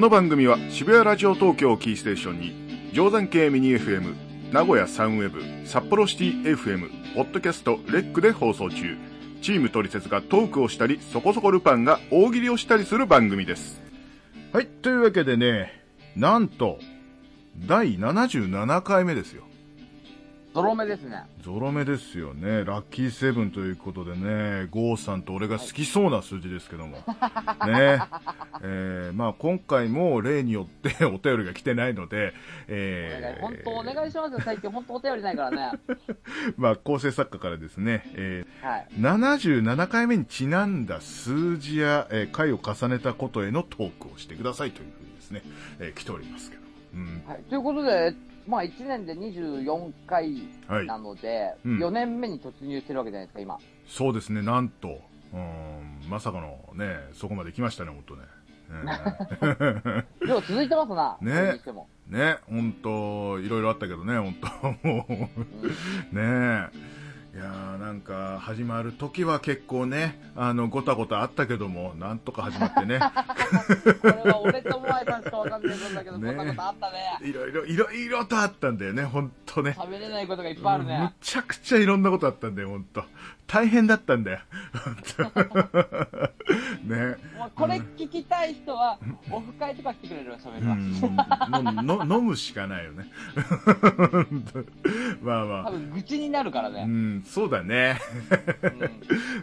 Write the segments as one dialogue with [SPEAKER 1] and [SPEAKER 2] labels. [SPEAKER 1] の番組は渋谷ラジオ東京をキーステーションに定山系ミニ FM 名古屋サウンウェブ札幌シティ FM ポッドキャストレックで放送中チームトリセツがトークをしたりそこそこルパンが大喜利をしたりする番組ですはいというわけでねなんと第77回目ですよ
[SPEAKER 2] ゾロ目ですね。
[SPEAKER 1] ゾロ目ですよね。ラッキーセブンということでね、ゴーさんと俺が好きそうな数字ですけ ども。ね。えー、まあ今回も例によって お便りが来てないので、えー、
[SPEAKER 2] 本当お願いしますよ、最近。本当お便りな いからね。
[SPEAKER 1] まあ構成作家からですね、え
[SPEAKER 2] はい。
[SPEAKER 1] ー、77回目にちなんだ数字や、えー回を重ねたことへのトークをしてくださいというふうにですね、えー来ておりますけど。うん。
[SPEAKER 2] はい、ということで、まあ1年で24回
[SPEAKER 1] はい
[SPEAKER 2] な。ので、
[SPEAKER 1] うん
[SPEAKER 2] 4年目に突入してるわけじゃないですか、今。
[SPEAKER 1] そうですね、なんと。うん、まさかのね、そこまで来ましたね、本当ね。うん
[SPEAKER 2] でも続いてますな、
[SPEAKER 1] ね
[SPEAKER 2] それにしても。
[SPEAKER 1] ね、本当いろいろあったけどね、本当もう、 ねえ。いやーなんか、始まる時は結構ね、あの、ごたごたあったけども、なんとか始まってね、
[SPEAKER 2] これは俺とお前さんしかわかんないことだけど、
[SPEAKER 1] ね
[SPEAKER 2] こんなことあったね。
[SPEAKER 1] いろいろ、いろいろとあったんだよね、本当ね。
[SPEAKER 2] 喋れないことがいっぱいある
[SPEAKER 1] む
[SPEAKER 2] ね。
[SPEAKER 1] ちゃくちゃいろんなことあったんだよ、本当大変だったんだよ、本当ね。
[SPEAKER 2] まあ、これ聞きたい人は、オフ会とか来てくれれば喋り
[SPEAKER 1] う
[SPEAKER 2] ます。
[SPEAKER 1] ん、もうの飲むしかないよね。まあ
[SPEAKER 2] 多
[SPEAKER 1] ま
[SPEAKER 2] 分愚痴になるから
[SPEAKER 1] あ、う
[SPEAKER 2] ね。
[SPEAKER 1] ん、そうだね。
[SPEAKER 2] うん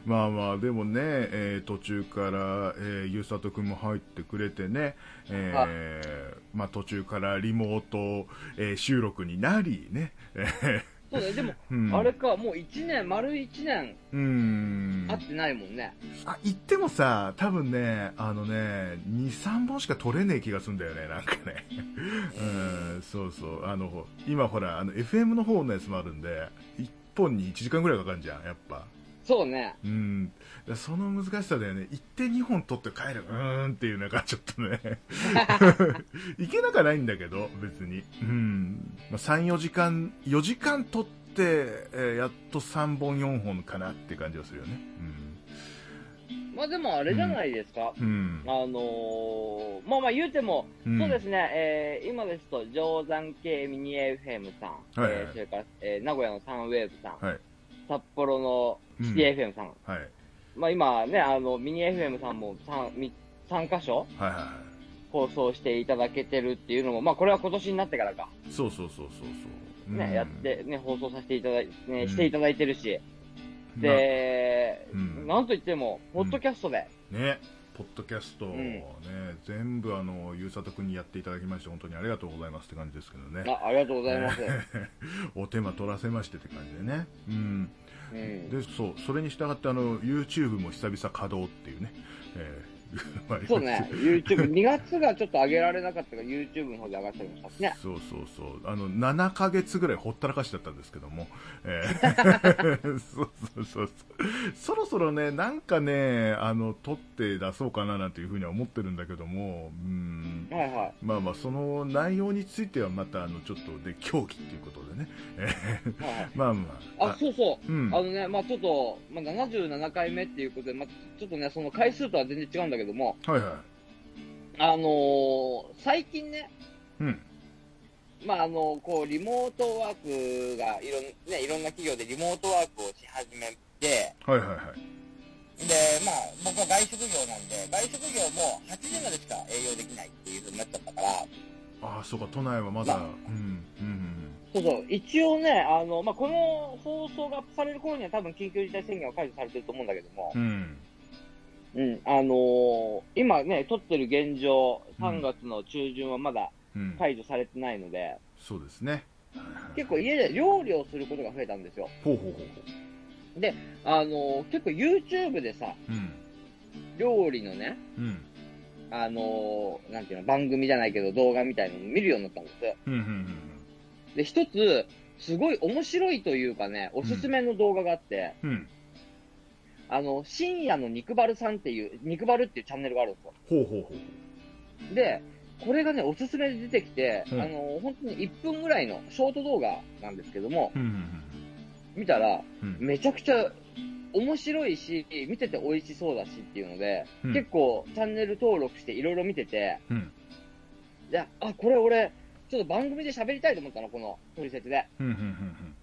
[SPEAKER 1] まあまあ、でもね、えー途中から、えー、ゆうさとくんも入ってくれてね、えーまあ途中からリモート、えー収録になりね、え
[SPEAKER 2] そうだね、でも、
[SPEAKER 1] ーうん、
[SPEAKER 2] あれか、もう1年、丸1年
[SPEAKER 1] うん。
[SPEAKER 2] 会ってないもんね。
[SPEAKER 1] あ、言ってもさ、多分ね、あのね、2、3本しか取れねえ気がするんだよね、なんかね。 うん、そうそう。あの、ほ今ほら、あの、FM の方のやつもあるんで、1本に1時間ぐらいかかるじゃん、やっぱ。
[SPEAKER 2] そうね。
[SPEAKER 1] うん。だからその難しさだよね。行って2本取って帰る。うーんっていう、なんかちょっと ね。いけなくはないんだけど、別に。うん。まあ、3、4時間、4時間取って、えーやっと3本、4本かなって感じがするよね。
[SPEAKER 2] まあでもあれじゃないですか。
[SPEAKER 1] うん。うん。
[SPEAKER 2] あのー、まあまあ言うても、
[SPEAKER 1] うん
[SPEAKER 2] そうですね、えー、今ですと、定山系ミニ FM さん、
[SPEAKER 1] はいはいはい
[SPEAKER 2] えーそれから、えー名古屋のサンウェーブさん、
[SPEAKER 1] はい
[SPEAKER 2] 札幌のシティ FM さん、
[SPEAKER 1] はい。
[SPEAKER 2] まあ今ね、あの、ミニ FM さんも 3, 三箇所
[SPEAKER 1] はいはいはい。
[SPEAKER 2] 放送していただけてるっていうのも、まあこれは今年になってからか、
[SPEAKER 1] そうそうそうそうそう。
[SPEAKER 2] ね、
[SPEAKER 1] うん
[SPEAKER 2] やっ。て、ね、放送させていただい、
[SPEAKER 1] う
[SPEAKER 2] ね、
[SPEAKER 1] ん
[SPEAKER 2] していただいてるし、
[SPEAKER 1] な
[SPEAKER 2] で、
[SPEAKER 1] うん
[SPEAKER 2] なんといっても、ポッドキャストで、
[SPEAKER 1] ね、ポッドキャストを
[SPEAKER 2] ん
[SPEAKER 1] ね、全部あの、ゆうさとくんにやっていただきまして、本当にありがとうございますって感じですけどね。
[SPEAKER 2] あありがとうござ います。
[SPEAKER 1] お手間取らせましてって感じでね。うん。
[SPEAKER 2] うん
[SPEAKER 1] で、そう、それに従って、あの、YouTube も久々稼働っていうね。えー まあ
[SPEAKER 2] そうね、YouTube、2月がちょっと上げられなかったから、YouTube の方で上がっておりましたね。
[SPEAKER 1] そうそうそう。あの、7ヶ月ぐらいほったらかしだったんですけども。え ーそうそうそうそう。そろそろね、なんかね、あの、撮って出そうかななんていうふうには思ってるんだけども、うん。
[SPEAKER 2] はいはい。
[SPEAKER 1] まあまあ、その内容についてはまた、あの、ちょっとで、協議っていうことでね。えー
[SPEAKER 2] はいはい
[SPEAKER 1] まあまあ。
[SPEAKER 2] あ、そうそう。
[SPEAKER 1] うん。
[SPEAKER 2] あのね、まあちょっと、まあ、77回目っていうことで、まあちょっとね、その回数とは全然違うんだけども、
[SPEAKER 1] はいは
[SPEAKER 2] あのー最近ね、
[SPEAKER 1] い。うん。
[SPEAKER 2] まああのこう、リモートワークが、いろん、ね、いろんな企業でリモートワークをし始めて、
[SPEAKER 1] はいはいはい。
[SPEAKER 2] で、まあ僕は外食業なんで、外食業も8時までしか営業できないっていうふうになっちゃったから、
[SPEAKER 1] ああ、そうか、都内はまだ、
[SPEAKER 2] まあ
[SPEAKER 1] うん、うん、
[SPEAKER 2] そうそう、一応ね、あの、まあ、この放送がアップされる頃には多分緊急事態宣言は解除されてると思うんだけども
[SPEAKER 1] う、ん、
[SPEAKER 2] うん、あのー今ね、撮ってる現状、
[SPEAKER 1] うん
[SPEAKER 2] 3月の中旬はまだ
[SPEAKER 1] うん、
[SPEAKER 2] 解除されてないので、
[SPEAKER 1] そうですね。
[SPEAKER 2] 結構家で料理をすることが増えたんですよ。
[SPEAKER 1] ほうほうほうほ
[SPEAKER 2] あのー結構 YouTube でさ、
[SPEAKER 1] う。うん、
[SPEAKER 2] 料理のね、
[SPEAKER 1] うん、
[SPEAKER 2] あのーなんていうの、番組じゃないけど動画みたいのを見るようになったんで
[SPEAKER 1] うん、うん、
[SPEAKER 2] す。で、一つ、すごい面白いというかね、おすすめの動画があって、
[SPEAKER 1] うん、うん、
[SPEAKER 2] あの、深夜の肉バルさんっていう、肉バルっていうチャンネルがあるんですよ。
[SPEAKER 1] ほうほうほう。
[SPEAKER 2] で、これがね、おすすめで出てきて、
[SPEAKER 1] うん
[SPEAKER 2] あの、本当に1分ぐらいのショート動画なんですけども、
[SPEAKER 1] うん、
[SPEAKER 2] 見たら、
[SPEAKER 1] うん、うん、
[SPEAKER 2] めちゃくちゃ面白いし、見てて美味しそうだしっていうので、
[SPEAKER 1] うん
[SPEAKER 2] 結構チャンネル登録していろいろ見てて、
[SPEAKER 1] うん、
[SPEAKER 2] で、あ、これ俺、ちょっと番組で喋りたいと思ったの、この取説で。
[SPEAKER 1] ふんふんふんふん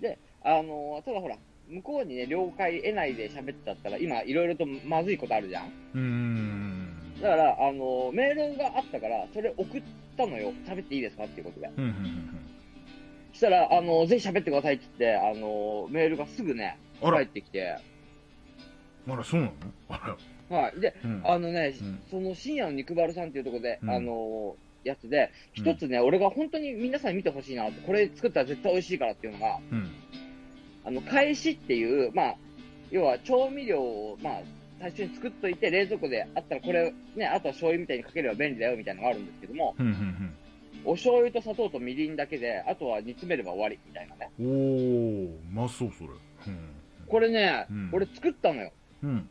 [SPEAKER 2] で、あのーただほら、向こうにね、了解得ないで喋ってたったら、今、いろいろとまずいことあるじゃん。
[SPEAKER 1] うーん
[SPEAKER 2] だから、あのーメールがあったから、それ送ったのよ。喋っていいですかっていうことで。
[SPEAKER 1] ふんふんふん
[SPEAKER 2] そしたら、あのーぜひ喋ってくださいって言って、あのーメールがすぐね、
[SPEAKER 1] ふんあら
[SPEAKER 2] 返ってきて、
[SPEAKER 1] あらそうなのあら
[SPEAKER 2] はい。で、
[SPEAKER 1] うん
[SPEAKER 2] あのね、
[SPEAKER 1] うん
[SPEAKER 2] その深夜の肉バルさんっていうところで、
[SPEAKER 1] うん
[SPEAKER 2] あのーやつで、一つね、俺が本当に皆さんに見てほしいなって、これ作ったら絶対美味しいからっていうのが、
[SPEAKER 1] うん
[SPEAKER 2] あの、返しっていう、まあ、要は調味料を、まあ、最初に作っといて、冷蔵庫であったらこれ、ね、あとは醤油みたいにかければ便利だよみたいなのがあるんですけども、
[SPEAKER 1] ふんふん
[SPEAKER 2] お醤油と砂糖とみりんだけで、あとは煮詰めれば終わりみたいなね。
[SPEAKER 1] ふんおおうまそうそれ
[SPEAKER 2] これね、
[SPEAKER 1] うん
[SPEAKER 2] 俺作ったのよ。
[SPEAKER 1] うんうん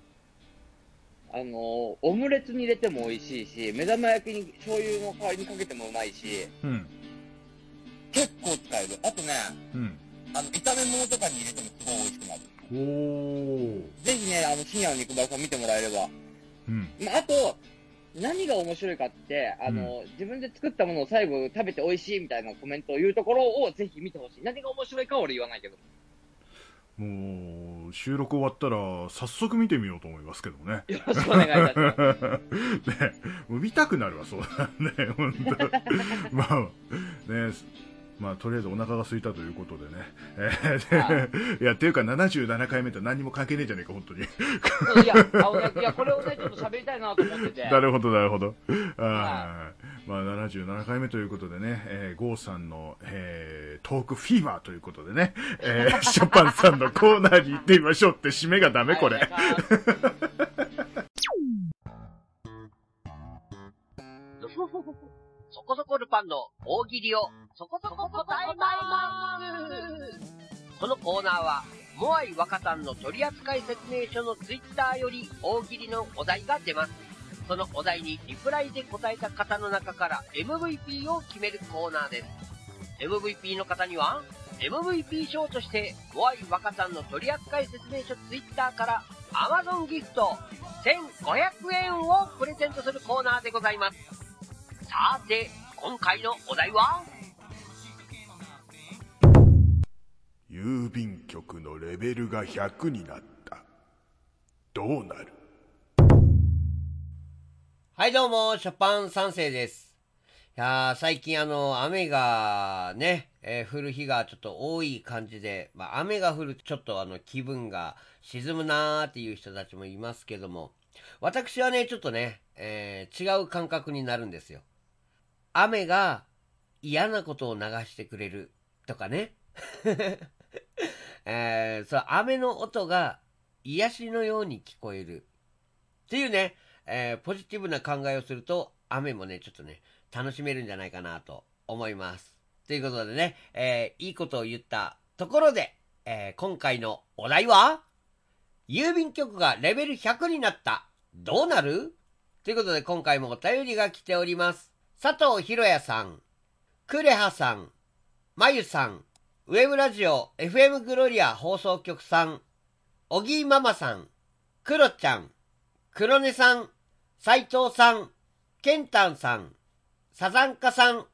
[SPEAKER 2] あのーオムレツに入れても美味しいし、目玉焼きに醤油の代わりにかけてもうまいし、
[SPEAKER 1] うん
[SPEAKER 2] 結構使える。あとね、
[SPEAKER 1] うん
[SPEAKER 2] あの、炒め物とかに入れてもすごい美味しくなる。
[SPEAKER 1] おお
[SPEAKER 2] ぜひね、あの、深夜の肉バルさん見てもらえれば。
[SPEAKER 1] うん
[SPEAKER 2] まあ、あと、何が面白いかって、あの、自分で作ったものを最後食べて美味しいみたいなコメントを言うところをぜひ見てほしい。何が面白いかは俺言わないけど。
[SPEAKER 1] もう収録終わったら早速見てみようと思いますけどね
[SPEAKER 2] よろしくお願いいたしま す。
[SPEAKER 1] ねもう見たくなるわそうだね本 当まあねまあとりあえずお腹が空いたということでね、えーでいやっていうか77回目と何にも関係ねえじゃねえか本当に
[SPEAKER 2] いや、あのねいや、これをね、ちょっと喋りたいなと思ってて。
[SPEAKER 1] なるほどなるほどはいまあ77回目ということでね、えー、ゴーさんの、えートークフィーバーということでね、え ーショパンさんのコーナーに行ってみましょうって締めがダメこれ
[SPEAKER 2] はい。お願いします
[SPEAKER 3] そこそこルパンの大喜利をそこそこ答えますこのコーナーは、モアイ若さんの取扱説明書のツイッターより大喜利のお題が出ます。そのお題にリプライで答えた方の中から MVP を決めるコーナーです。MVP の方には、MVP 賞として、モアイ若さんの取扱説明書ツイッターから Amazon ギフト1500円をプレゼントするコーナーでございます。さて、今回のお題は
[SPEAKER 1] 郵便局のレベルが100になったどうなる
[SPEAKER 3] はい、どうも、ショパン三世です。いやー、最近あの、雨がね、えー降る日がちょっと多い感じで、まあ、雨が降るとちょっとあの、気分が沈むなーっていう人たちもいますけども、私はね、ちょっとね、えー違う感覚になるんですよ。雨が嫌なことを流してくれるとかね。 えーそう、雨の音が癒しのように聞こえる。っていうね、えーポジティブな考えをすると、雨もね、ちょっとね、楽しめるんじゃないかなと思います。ということでね、えーいいことを言ったところで、えー今回のお題は、郵便局がレベル100になった。どうなるということで、今回もお便りが来ております。佐藤博也さん、クレハさん、まゆさん、ウェブラジオ FM グロリア放送局さん、おぎーママさん、クロちゃん、黒根さん、斉藤さん、ケンタンさん、サザンカさん、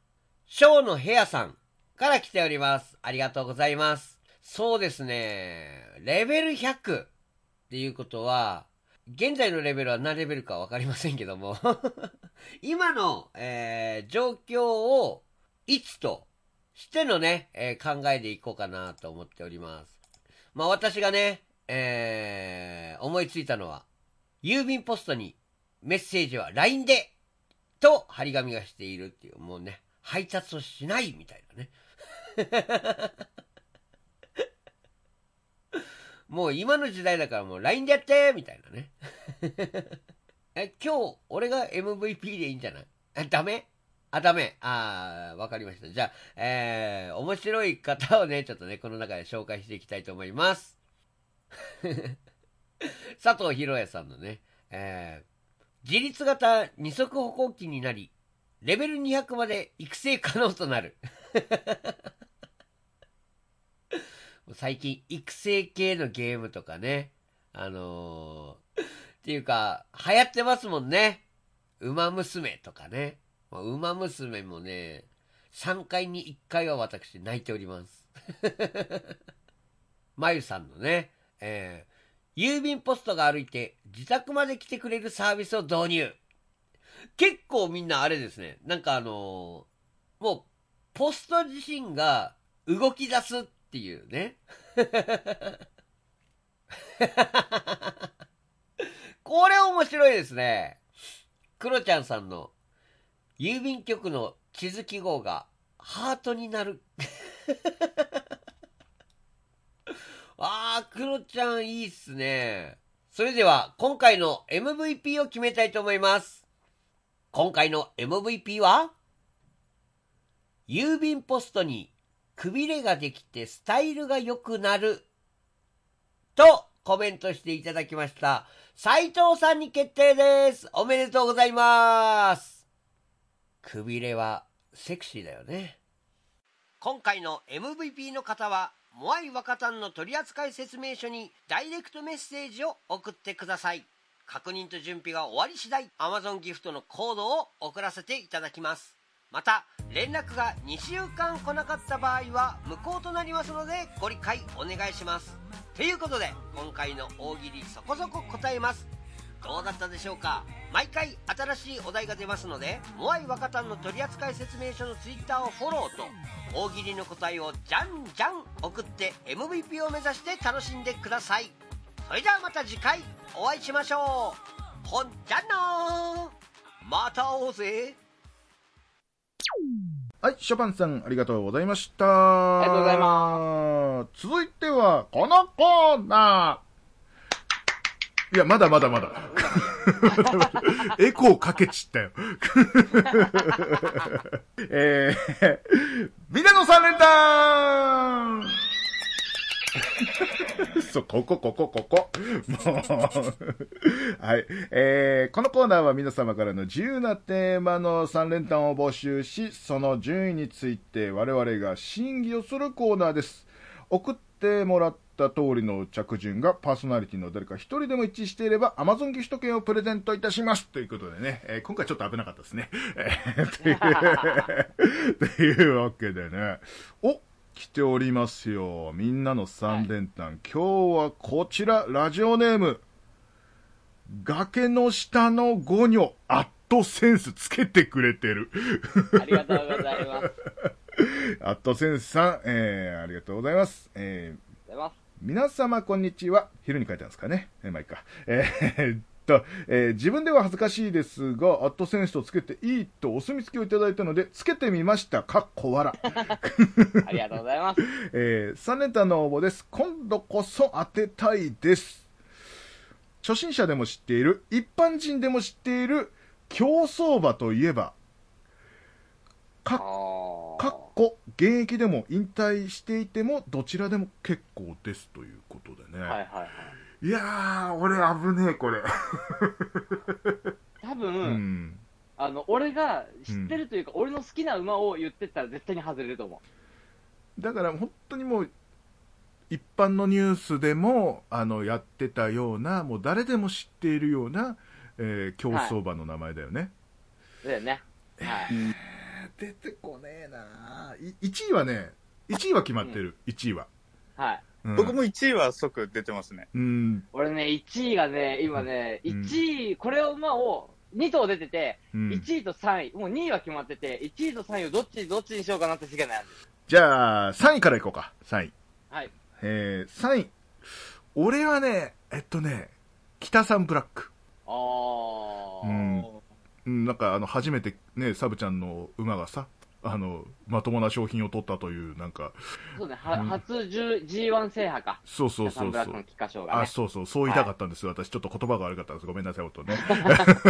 [SPEAKER 3] ショーの部屋さんから来ております。ありがとうございます。そうですね、レベル100っていうことは、現在のレベルは何レベルかわかりませんけども、 今の、えー状況を1としてのね、えー考えでいこうかなと思っております。まあ私がね、えー思いついたのは、郵便ポストにメッセージは LINE でと張り紙がしているっていう、もうね、配達をしないみたいなね。 もう今の時代だからもう LINE でやってみたいなね。 え、今日俺が MVP でいいんじゃないあダメあ、ダメ。あーわかりました。じゃあ、えー、面白い方をね、ちょっとね、この中で紹介していきたいと思います。 佐藤博也さんのね、えー自立型二足歩行機になり、レベル200まで育成可能となる。 もう最近、育成系のゲームとかね、あのーっていうか、流行ってますもんね。馬娘とかね。もまあ、ウマ娘もね、3回に1回は私泣いております。 まゆさんのね、えー郵便ポストが歩いて自宅まで来てくれるサービスを導入。結構みんなあれですね、なんかあのーもう、ポスト自身が動き出すっていうね。 これ面白いですね。クロちゃんさんの郵便局の地図記号がハートになる。あー、クロちゃんいいっすね。それでは今回の MVP を決めたいと思います。今回の MVP は郵便ポストにくびれができてスタイルが良くなるとコメントしていただきました。斉藤さんに決定です。おめでとうございます。くびれはセクシーだよね。今回の MVP の方は、モアイ若旦の取扱説明書にダイレクトメッセージを送ってください。確認と準備が終わり次第、Amazon ギフトのコードを送らせていただきます。また、連絡が2週間来なかった場合は無効となりますので、ご理解お願いします。ということで、今回の大喜利そこそこ答えます。どうだったでしょうか毎回新しいお題が出ますのでモアイ若旦の取扱説明書のツイッターをフォローと大喜利の答えをじゃんじゃん送って MVP を目指して楽しんでくださいそれではまた次回お会いしましょうほんじゃのーまた会おうぜ
[SPEAKER 1] はい、ショパンさん、ありがとうございました。
[SPEAKER 2] あ
[SPEAKER 1] あ
[SPEAKER 2] りがとうござい
[SPEAKER 1] ます。続いては、このコーナー。いや、まだまだまだ。エコーかけちったよ。 えー、みんなの3連単 そう、ここ、ここ、ここ。もう。はい。えー、このコーナーは皆様からの自由なテーマの3連単を募集し、その順位について我々が審議をするコーナーです。送ってもらった通りの着順がパーソナリティの誰か一人でも一致していれば Amazon ギフト券をプレゼントいたします。ということでね、えー今回ちょっと危なかったですね。えーという というわけでね。お来ておりますよ。みんなの三連単、今日はこちら、ラジオネーム。崖の下のゴニョ、アットセンスつけてくれてる。
[SPEAKER 2] ありがとうございます。ありがとう
[SPEAKER 1] アットセンスさん、えー、ありがとうございます。えー、
[SPEAKER 2] ございます。
[SPEAKER 1] 皆様こんにちは。昼に書いてあるんですかね。えーまあいいか。えーっと、えー自分では恥ずかしいですが、アットセンスとつけていいとお墨付きをいただいたので、つけてみました。かっこ笑
[SPEAKER 2] ありがとうござ います。
[SPEAKER 1] えー、3連単の応募です。今度こそ当てたいです。初心者でも知っている、一般人でも知っている、競走馬といえば、か
[SPEAKER 2] あ
[SPEAKER 1] かっこ、現役でも引退していても、どちらでも結構ですということでね。
[SPEAKER 2] ーはいはいはい。
[SPEAKER 1] い、やー、俺危ねえ、これ。
[SPEAKER 2] 多分、
[SPEAKER 1] うん。
[SPEAKER 2] あの、俺が知ってるというか、俺の好きな馬を言ってったら絶対に外れると思
[SPEAKER 1] だから本当にもう、一般のニュースでも、あの、やってたような、もう誰でも知っているような、えー競走馬の名前だよね。
[SPEAKER 2] う。だよね。はい。
[SPEAKER 1] 出てこねえなぁい1位はね、1位は決まってる、1位は。
[SPEAKER 2] はい。
[SPEAKER 1] うん、
[SPEAKER 4] 僕も1位は即出てますね。
[SPEAKER 1] うん、
[SPEAKER 2] 俺ね、1位がね、今ね、
[SPEAKER 1] うん
[SPEAKER 2] 1位、これを馬を2頭出てて、
[SPEAKER 1] うん
[SPEAKER 2] 1位と3位、もう2位は決まってて、1位と3位をどっち、どっちにしようかなってしかないんです。
[SPEAKER 1] じゃあ、3位からいこうか、3位。
[SPEAKER 2] はい。
[SPEAKER 1] えー、3位。俺はね、えっとね、北さんブラック。
[SPEAKER 2] あ
[SPEAKER 1] う
[SPEAKER 2] ー。
[SPEAKER 1] んうん、なんかあの、初めてね、サブちゃんの馬がさ、あの、まともな商品を取ったという、なんか、
[SPEAKER 2] そうね、は
[SPEAKER 1] うん
[SPEAKER 2] 初 10- G1 制覇か。
[SPEAKER 1] そうそう
[SPEAKER 2] サ
[SPEAKER 1] そ
[SPEAKER 2] ン
[SPEAKER 1] うそ
[SPEAKER 2] ブラックの
[SPEAKER 1] う。
[SPEAKER 2] 菊花賞が
[SPEAKER 1] あ、
[SPEAKER 2] ね。
[SPEAKER 1] そうそう、そう言いたかったんですよ。私、ちょっと言葉が悪かったんです。ごめんなさい、本当 ね。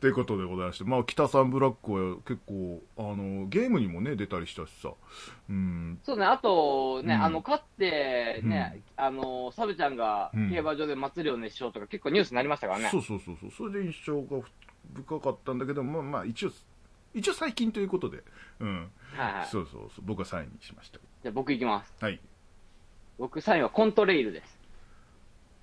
[SPEAKER 1] ということでございまして、まあ、北さんブラックは結構、あの、ゲームにもね、出たりしたしさ。うん、
[SPEAKER 2] そうね、あとね、
[SPEAKER 1] うん
[SPEAKER 2] あの、勝ってね、あの、サブちゃんが
[SPEAKER 1] うん
[SPEAKER 2] 競馬場で祭りを熱唱とか結構ニュースになりましたからね
[SPEAKER 1] そ。うそうそうそう。それで印象が深かったんだけど、まあまあ、一応、一応最近ということで、うん。
[SPEAKER 2] はいはい。
[SPEAKER 1] そうそうそう。僕は3位にしました。
[SPEAKER 2] じゃあ僕行きます。
[SPEAKER 1] はい。
[SPEAKER 2] 僕3位はコントレイルです。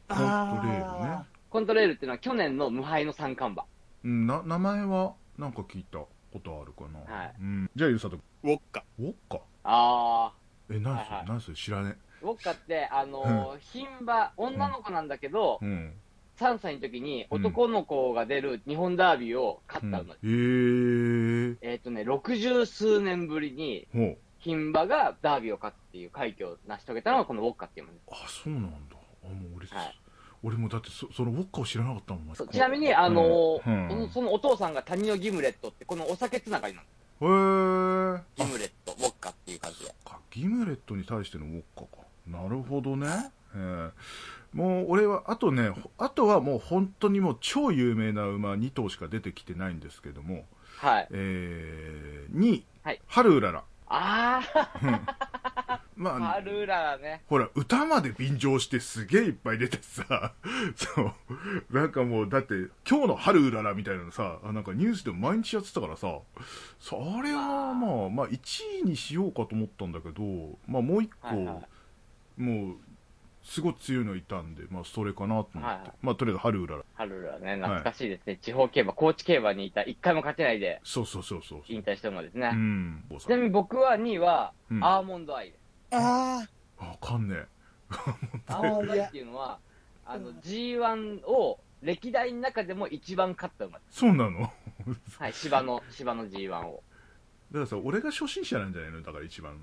[SPEAKER 1] コントレールね
[SPEAKER 4] あ
[SPEAKER 2] コントレイルっていうのは去年の無敗の三冠馬。
[SPEAKER 1] うん。な、名前はなんか聞いたことあるかな。
[SPEAKER 2] はい
[SPEAKER 1] うん、じゃあ、ゆうさと、
[SPEAKER 4] ウォッカ。
[SPEAKER 1] ウォッカ
[SPEAKER 2] あ
[SPEAKER 1] え、何そ
[SPEAKER 2] はい
[SPEAKER 1] れ、
[SPEAKER 2] はい
[SPEAKER 1] 何それ知らね
[SPEAKER 2] ー、ウォッカって、あのー、牝馬、女の子なんだけど、
[SPEAKER 1] え。うん。
[SPEAKER 2] 3歳の時に
[SPEAKER 1] うん
[SPEAKER 2] 男の子が出る日本ダービーを勝ったの。
[SPEAKER 1] うん、え
[SPEAKER 2] えっ、とね、60数年ぶりに、
[SPEAKER 1] ー。ほう。
[SPEAKER 2] 牝馬がダービーを勝つっていう快挙を成し遂げたのがこのウォッカっていうものです。
[SPEAKER 1] あ、そうなんだ。あ、もう俺、
[SPEAKER 2] はい
[SPEAKER 1] 俺もだってそ、そのウォッカを知らなかったもん、マジ
[SPEAKER 2] そう
[SPEAKER 1] で
[SPEAKER 2] ちなみに、あのー
[SPEAKER 1] うんうん
[SPEAKER 2] そのお父さんが谷のギムレットって、このお酒つながりなんです。
[SPEAKER 1] へー。
[SPEAKER 2] ギムレット、ウォッカっていう感じで。
[SPEAKER 1] かギムレットに対してのウォッカかなるほどね、えーもう俺はあとねほあとはもう本当にもう超有名な馬2頭しか出てきてないんですけども、
[SPEAKER 2] はい。
[SPEAKER 1] えー、2位、
[SPEAKER 2] はい
[SPEAKER 1] ハルウララ
[SPEAKER 2] あ
[SPEAKER 1] ま
[SPEAKER 2] ー、
[SPEAKER 1] あ
[SPEAKER 2] ハルーラーね。
[SPEAKER 1] ほら歌まで便乗してすげえいっぱい出てさそうなんかもうだって今日の春うららみたいなのさあなんかニュースでも毎日やってたからさそれはまあまあ1位にしようかと思ったんだけどまあもう一個、
[SPEAKER 2] はいは
[SPEAKER 1] もうすごい強いのいたんでまあそれかなと思って、
[SPEAKER 2] はいはい
[SPEAKER 1] まあとりあえず春うらら
[SPEAKER 2] ハルーラーね、懐かしいですね。地方競馬、高知競馬にいた、一回も勝てないで
[SPEAKER 1] そうそうそうそう
[SPEAKER 2] 引退した馬です
[SPEAKER 1] う
[SPEAKER 2] ね。
[SPEAKER 1] ん
[SPEAKER 2] ちなみに僕は2位は、
[SPEAKER 1] うん
[SPEAKER 2] アーモンドア イです。
[SPEAKER 4] あ
[SPEAKER 1] わかんねえ
[SPEAKER 2] アーモンドアイっていうのは、あの、G1 を歴代の中でも一番勝った馬です。
[SPEAKER 1] そうなのだか
[SPEAKER 2] はい、芝の、芝の G1 を。
[SPEAKER 1] らさ俺が初心者なんじゃないのだから一番の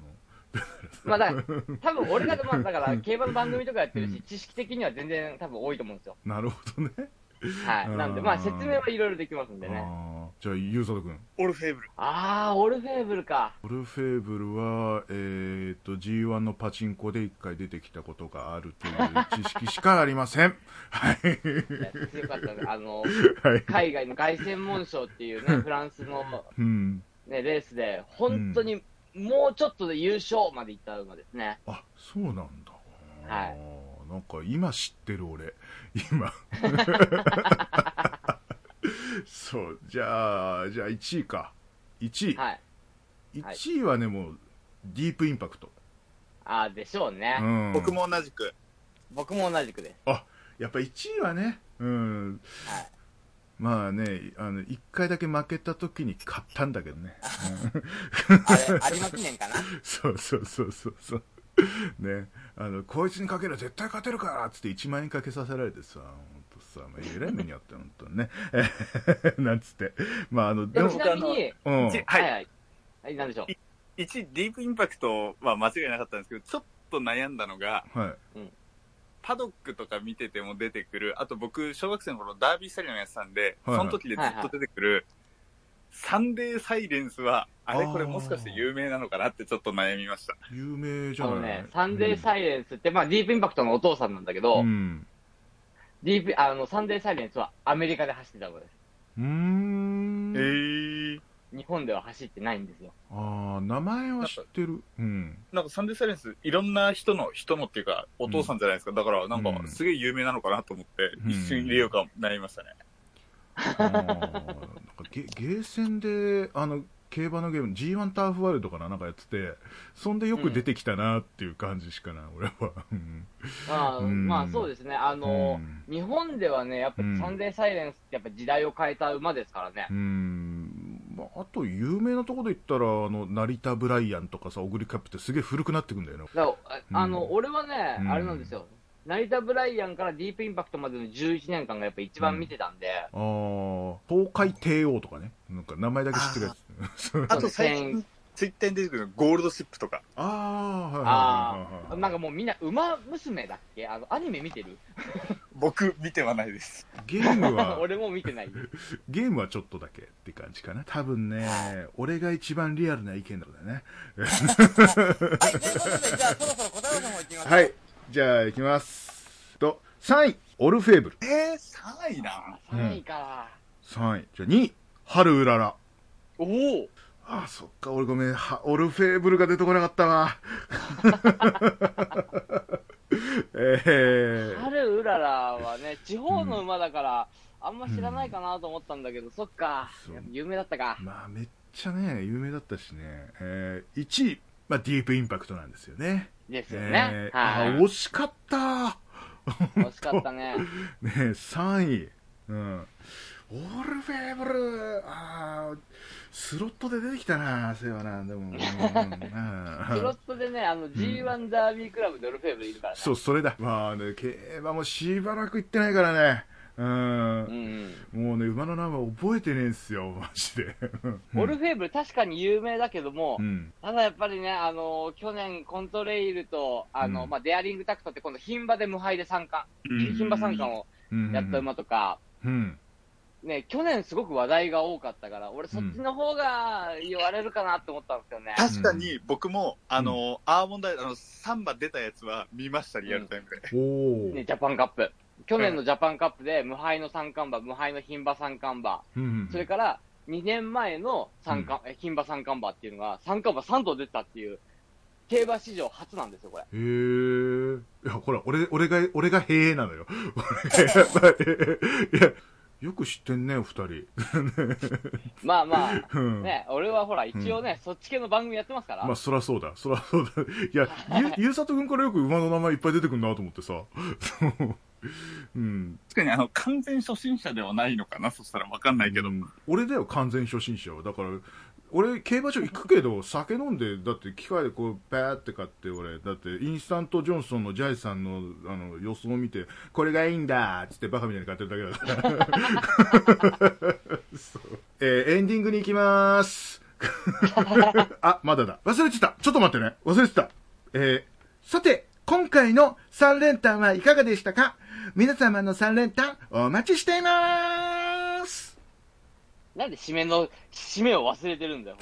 [SPEAKER 2] まあだから、多分俺 だとまあだから、競馬の番組とかやってる
[SPEAKER 1] う
[SPEAKER 2] し、知識的には全然多分多いと思うんですよ。
[SPEAKER 1] なるほどね
[SPEAKER 2] はい。なんで、ま
[SPEAKER 1] あ
[SPEAKER 2] あ
[SPEAKER 1] ー
[SPEAKER 2] 説明はいろいろできますんでね。
[SPEAKER 1] あーじゃあゆうさと君
[SPEAKER 4] オルフェーブル。
[SPEAKER 2] あー、オルフェーブルか。
[SPEAKER 1] オルフェーブルは、えー、と G1 のパチンコで1回出てきたことがあるという知識しかありませ ん。はい。
[SPEAKER 2] いや強 かったね。あの、
[SPEAKER 1] はい。
[SPEAKER 2] 海外の凱旋門賞っていう ね、フランスの
[SPEAKER 1] うん。
[SPEAKER 2] ね、レースで、本当にもうちょっとで優勝までいった馬ですね。
[SPEAKER 1] あ、そうなんだ。
[SPEAKER 2] は
[SPEAKER 1] あーなんか今知ってる俺。 今。そう。じゃあ、じゃあ1位か。1位。
[SPEAKER 2] はい。はい
[SPEAKER 1] 1位はね、もう、ディープインパクト。
[SPEAKER 2] あー、でしょうね。
[SPEAKER 1] うん。
[SPEAKER 4] 僕。も同じく。
[SPEAKER 2] 僕も同じくです。
[SPEAKER 1] やっぱ1位はね、うん。
[SPEAKER 2] はい。
[SPEAKER 1] まあね、あの、1回だけ負けた時に勝ったんだけどね。
[SPEAKER 2] あれ、有馬記念かな。
[SPEAKER 1] そうそうそうそうそう。ね、あのこいつにかけりゃ絶対勝てるからっつって1万円かけさせられてさ、本当さ、まあ、えらい目にあったよ、本当にね。 なんつって、まああの、
[SPEAKER 2] で
[SPEAKER 1] で
[SPEAKER 2] も
[SPEAKER 1] も
[SPEAKER 2] ち、なみに、
[SPEAKER 1] うん、
[SPEAKER 4] ち
[SPEAKER 2] はい
[SPEAKER 4] はい。
[SPEAKER 2] はい。はい、なんでしょう。
[SPEAKER 4] 1、ディープインパクトは間違いなかったんですけど、ちょっと悩んだのが、
[SPEAKER 1] はい、
[SPEAKER 4] パドックとか見てても出てくる、あと僕、小学生の頃ダービースタリオンやってたんで、
[SPEAKER 1] はいはい
[SPEAKER 4] その時でずっと出てくる、サンデーサイレンスは、あれ
[SPEAKER 1] あー
[SPEAKER 4] これもしかして有名なのかなってちょっと悩みました。
[SPEAKER 1] 有名じ
[SPEAKER 2] あ
[SPEAKER 1] ゃない
[SPEAKER 2] のね、サンデーサイレンスって、まあ、ディープインパクトのお父さんなんだけど、
[SPEAKER 1] うん、
[SPEAKER 2] ディープ、あの、サンデーサイレンスはアメリカで走ってたもので
[SPEAKER 1] うん、う
[SPEAKER 4] え
[SPEAKER 1] ーん、
[SPEAKER 4] ー、
[SPEAKER 2] す。日本では走ってないんですよ。
[SPEAKER 1] ああ、名前は知ってる、うん、
[SPEAKER 4] なんかサンデーサイレンス、いろんな人の、人のっていうか、お父さんじゃないですか。だから、なん
[SPEAKER 1] うん
[SPEAKER 4] か、すげえ有名なのかなと思って、
[SPEAKER 1] うん
[SPEAKER 4] 一瞬入れようか悩みましたね。
[SPEAKER 1] あーなんかゲゲーセンであの競馬のゲーム、G1 ターフワールドかな、なんかやってて、そんでよく出てきたなっていう感じしかな、俺は。うん
[SPEAKER 2] まあ、
[SPEAKER 1] うん
[SPEAKER 2] まあ、そうですね。あの、
[SPEAKER 1] う
[SPEAKER 2] 日本ではね、やっぱ
[SPEAKER 1] うん
[SPEAKER 2] サンデーサイレンスってやっぱ時代を変えた馬ですからね
[SPEAKER 1] う。ん、まあ、あと有名なところで言ったら、あの、成田ブライアンとかさ、オグリキャップってすげえ古くなってくんだよね。
[SPEAKER 2] だからああの、
[SPEAKER 1] うん
[SPEAKER 2] 俺はね、
[SPEAKER 1] うん
[SPEAKER 2] あれなんですよ。成田ブライアンからディープインパクトまでの11年間がやっぱ一番見てたんで、
[SPEAKER 1] あー東海帝王とかね。なんか名前だけ知ってるやつ。
[SPEAKER 4] あと最近、ツイッターに出てくるのゴールドシップとか。
[SPEAKER 1] あ
[SPEAKER 2] あ
[SPEAKER 1] あー、はいはいはいはい
[SPEAKER 2] あ、なんかもうみんな、馬娘だっけあの、アニメ見てる
[SPEAKER 4] 僕、見てはないです。
[SPEAKER 1] ゲーム は、
[SPEAKER 2] 俺も見てない。
[SPEAKER 1] ゲームはちょっとだけって感じかな。多分ね、俺が一番リアルな意見なんだよね。
[SPEAKER 2] はい、ということで、じゃあそろそろ答えの方行きます。
[SPEAKER 1] はい。じゃあ、行きます。と、3位、オルフェーブル。
[SPEAKER 4] えー、3位な
[SPEAKER 2] 3位から。
[SPEAKER 1] 3位。じゃあ2位、春うらら。
[SPEAKER 2] おお
[SPEAKER 1] ああ、そっか、俺ごめん、はオルフェーブルが出てこなか ったわ。えー、
[SPEAKER 2] 春うららはね、地方の馬だから、あんま知らないかなと思ったんだけど、そっか
[SPEAKER 1] そう。
[SPEAKER 2] 有名だったか。
[SPEAKER 1] まあめっちゃね、有名だったしね、えー、1位、まあ、ディープインパクトなんですよね。
[SPEAKER 2] ですよね
[SPEAKER 1] え。ーあ
[SPEAKER 2] は
[SPEAKER 1] 惜しかった
[SPEAKER 2] い。惜しかったね。
[SPEAKER 1] ね、3位、うん、オールフェーブルああスロットで出てきたなそういえばなでも、うん
[SPEAKER 2] スロ
[SPEAKER 1] う
[SPEAKER 2] ッ
[SPEAKER 1] ん
[SPEAKER 2] トでね、あの G1 ダービークラブでオルフェーブルいるからね。
[SPEAKER 1] そうそれだまあね競馬もしばらく行ってないからねうん
[SPEAKER 2] うん
[SPEAKER 1] もうね馬の名前覚えてねえんすよマジで
[SPEAKER 2] オルフェーブル確かに有名だけども、
[SPEAKER 1] うん
[SPEAKER 2] ただやっぱりね、あの去年コントレイルと、あの、
[SPEAKER 1] うん
[SPEAKER 2] まあ、デアリングタクトって今度牝馬で無敗で三冠、
[SPEAKER 1] うん
[SPEAKER 2] 牝馬三冠を
[SPEAKER 1] うん
[SPEAKER 2] やった馬とか、
[SPEAKER 1] うん
[SPEAKER 2] ね、去年すごく話題が多かったから、俺そっちの方が言われるかなって思ったんですよね。
[SPEAKER 4] 確かに僕も、あの、アーモンドアイあの、サンバ出たやつは見ました、リアルタイムで。
[SPEAKER 1] おお、
[SPEAKER 2] ね、ジャパンカップ。去年のジャパンカップで無敗の三冠馬、無敗の牝馬三冠馬、
[SPEAKER 1] うん
[SPEAKER 2] それから2年前の三冠、え牝馬三冠馬っていうのが、三冠馬3頭出てたっていう、競馬史上初なんですよ、これ。
[SPEAKER 1] へえ。いや、ほら、俺、俺が、俺がへえなのよ。 俺がやっぱりいや、よく知ってんね、お二人。
[SPEAKER 2] まあまあ、
[SPEAKER 1] うん。
[SPEAKER 2] ね、俺はほら、一応ね、そっち系の番組やってますから。
[SPEAKER 1] まあ、そらそうだ。そらそうだ。いや、ゆ、ゆうさとくんからよく馬の名前いっぱい出てくるなと思ってさ。 うん。
[SPEAKER 4] 確かに、あの、完全初心者ではないのかな、そしたらわかんないけど。
[SPEAKER 1] うん俺だよ、完全初心者は。だから、俺、競馬場行くけど、酒飲んで、だって機械でこう、パーって買って、俺、だって、インスタントジョンソンのジャイさんの、あの、予想を見て、これがいいんだっつってバカみたいに買ってるだけだから。そう えーエンディングに行きまーす。 あ、まだだ。忘れてた。ちょっと待ってね。忘れてた。えーさて、今回の三連単はいかがでしたか皆様の三連単、お待ちしていまーす。
[SPEAKER 2] なんで締めの、締めを忘れてる んだよ。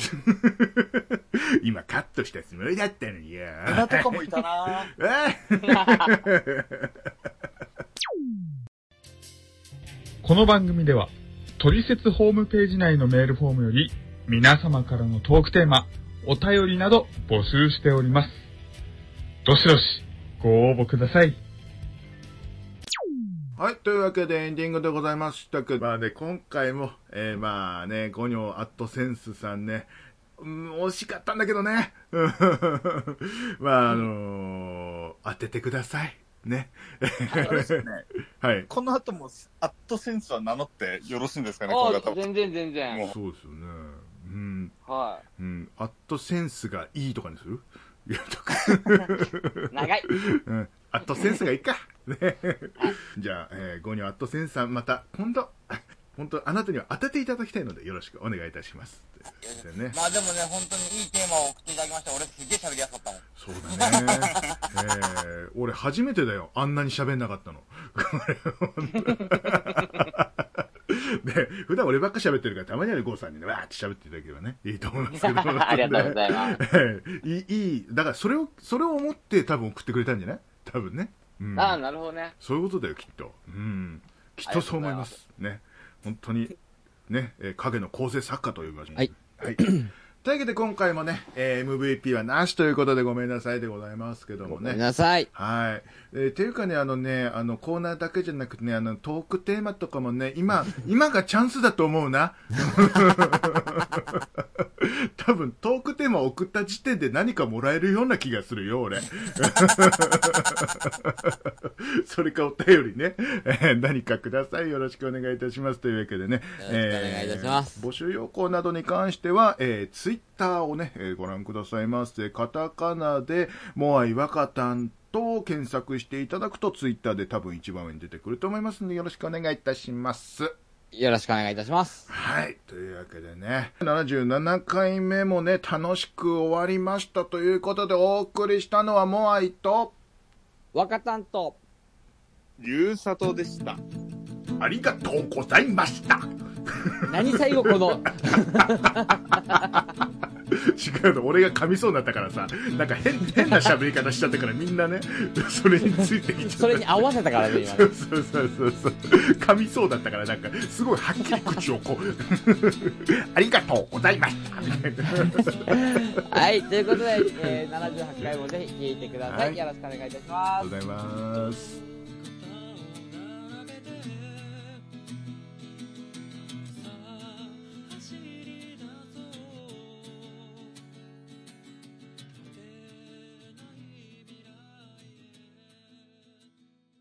[SPEAKER 1] 今カットしたつもりだったのによ。
[SPEAKER 4] 花とかもいたな
[SPEAKER 1] えー
[SPEAKER 5] この番組では、トリセツホームページ内のメールフォームより、皆様からのトークテーマ、お便りなど募集しております。どしどし、 ご応募ください。
[SPEAKER 1] はい、というわけでエンディングでございましたけど、まあね、今回も、えーまあね、ゴニョアットセンスさんね、うん、惜しかったんだけどね。 うんまあ、あのー当ててください。ね。はい。
[SPEAKER 4] この後も、アットセンスは名乗ってよろしいんですかね、
[SPEAKER 2] あ
[SPEAKER 4] こ
[SPEAKER 2] あ
[SPEAKER 4] れが多分。
[SPEAKER 2] 全然全然。
[SPEAKER 4] も
[SPEAKER 1] そうですよね。うん、
[SPEAKER 2] は
[SPEAKER 1] うん、アットセンスがいいとかにするいや、とか。
[SPEAKER 2] い。長い。
[SPEAKER 1] うん。アットセンスがいいか。 ね。じゃあ、えー、ゴニョアットセンスさん、また、今度、本当あなたには当てていただきたいので、よろしくお願いいたします。ですね。
[SPEAKER 2] まあでもね、本当にいいテーマを送っていただきました。俺すげえ喋りやすかったもん。
[SPEAKER 1] そうだね。えー、俺初めてだよ。あんなに喋んなかったの。これ、本当 で、普段俺ばっか喋ってるから、たまにはゴーさんにね、わーって喋っていただければね、いいと思うんですけど。。
[SPEAKER 2] ありがとうございます
[SPEAKER 1] いい、いい、だからそれを、それを思って多分送ってくれたんじゃない多分ね。うん。
[SPEAKER 2] ああ、なるほどね。
[SPEAKER 1] そういうことだよ、きっと。うん。きっとそう思います。ね。本当に、ね、えー影の構成作家と呼びましょう。
[SPEAKER 6] はい。
[SPEAKER 1] はい。 というわけで今回もね、えー MVP はなしということでごめんなさいでございますけども
[SPEAKER 6] ごめん
[SPEAKER 1] ね。
[SPEAKER 6] なさい。
[SPEAKER 1] はい。えーていうかね、あのね、あの、コーナーだけじゃなくてね、あの、トークテーマとかもね、今、 今がチャンスだと思うな。 多分、トークテーマ送った時点で何かもらえるような気がするよ、俺。それかお便りね、えー何かください。よろしくお願いいたします。というわけでね。
[SPEAKER 6] よろしくお願いいたします
[SPEAKER 1] えー募集要項などに関しては、えー、ツイッターをね、えーご覧くださいませ。カタカナで、モアイワカタンと検索していただくと、ツイッターで多分一番上に出てくると思いますので、よろしくお願いいたします。
[SPEAKER 6] よろしくお願いいたします。
[SPEAKER 1] はい。というわけでね、77回目もね、楽しく終わりましたということで、お送りしたのはモアイと、
[SPEAKER 6] 若担当。
[SPEAKER 4] ゆうさとでした。
[SPEAKER 1] ありがとうございました。
[SPEAKER 6] 何最後この、
[SPEAKER 1] 違うの、俺が噛みそうになったからさ、なんか変変な喋り方しちゃったから、みんなね、それについてきちゃった。
[SPEAKER 6] それに合わせたからね、今
[SPEAKER 1] そ
[SPEAKER 6] ね
[SPEAKER 1] う。そうそうそうそう噛みそうだったからなんかすごいはっきり口をこう ありがとうございましたみたいな
[SPEAKER 6] はい、ということで、えー78回もぜひ聞いてくださ
[SPEAKER 1] はい
[SPEAKER 6] い。よろしくお願いいたします
[SPEAKER 1] ありがとうご。ざいます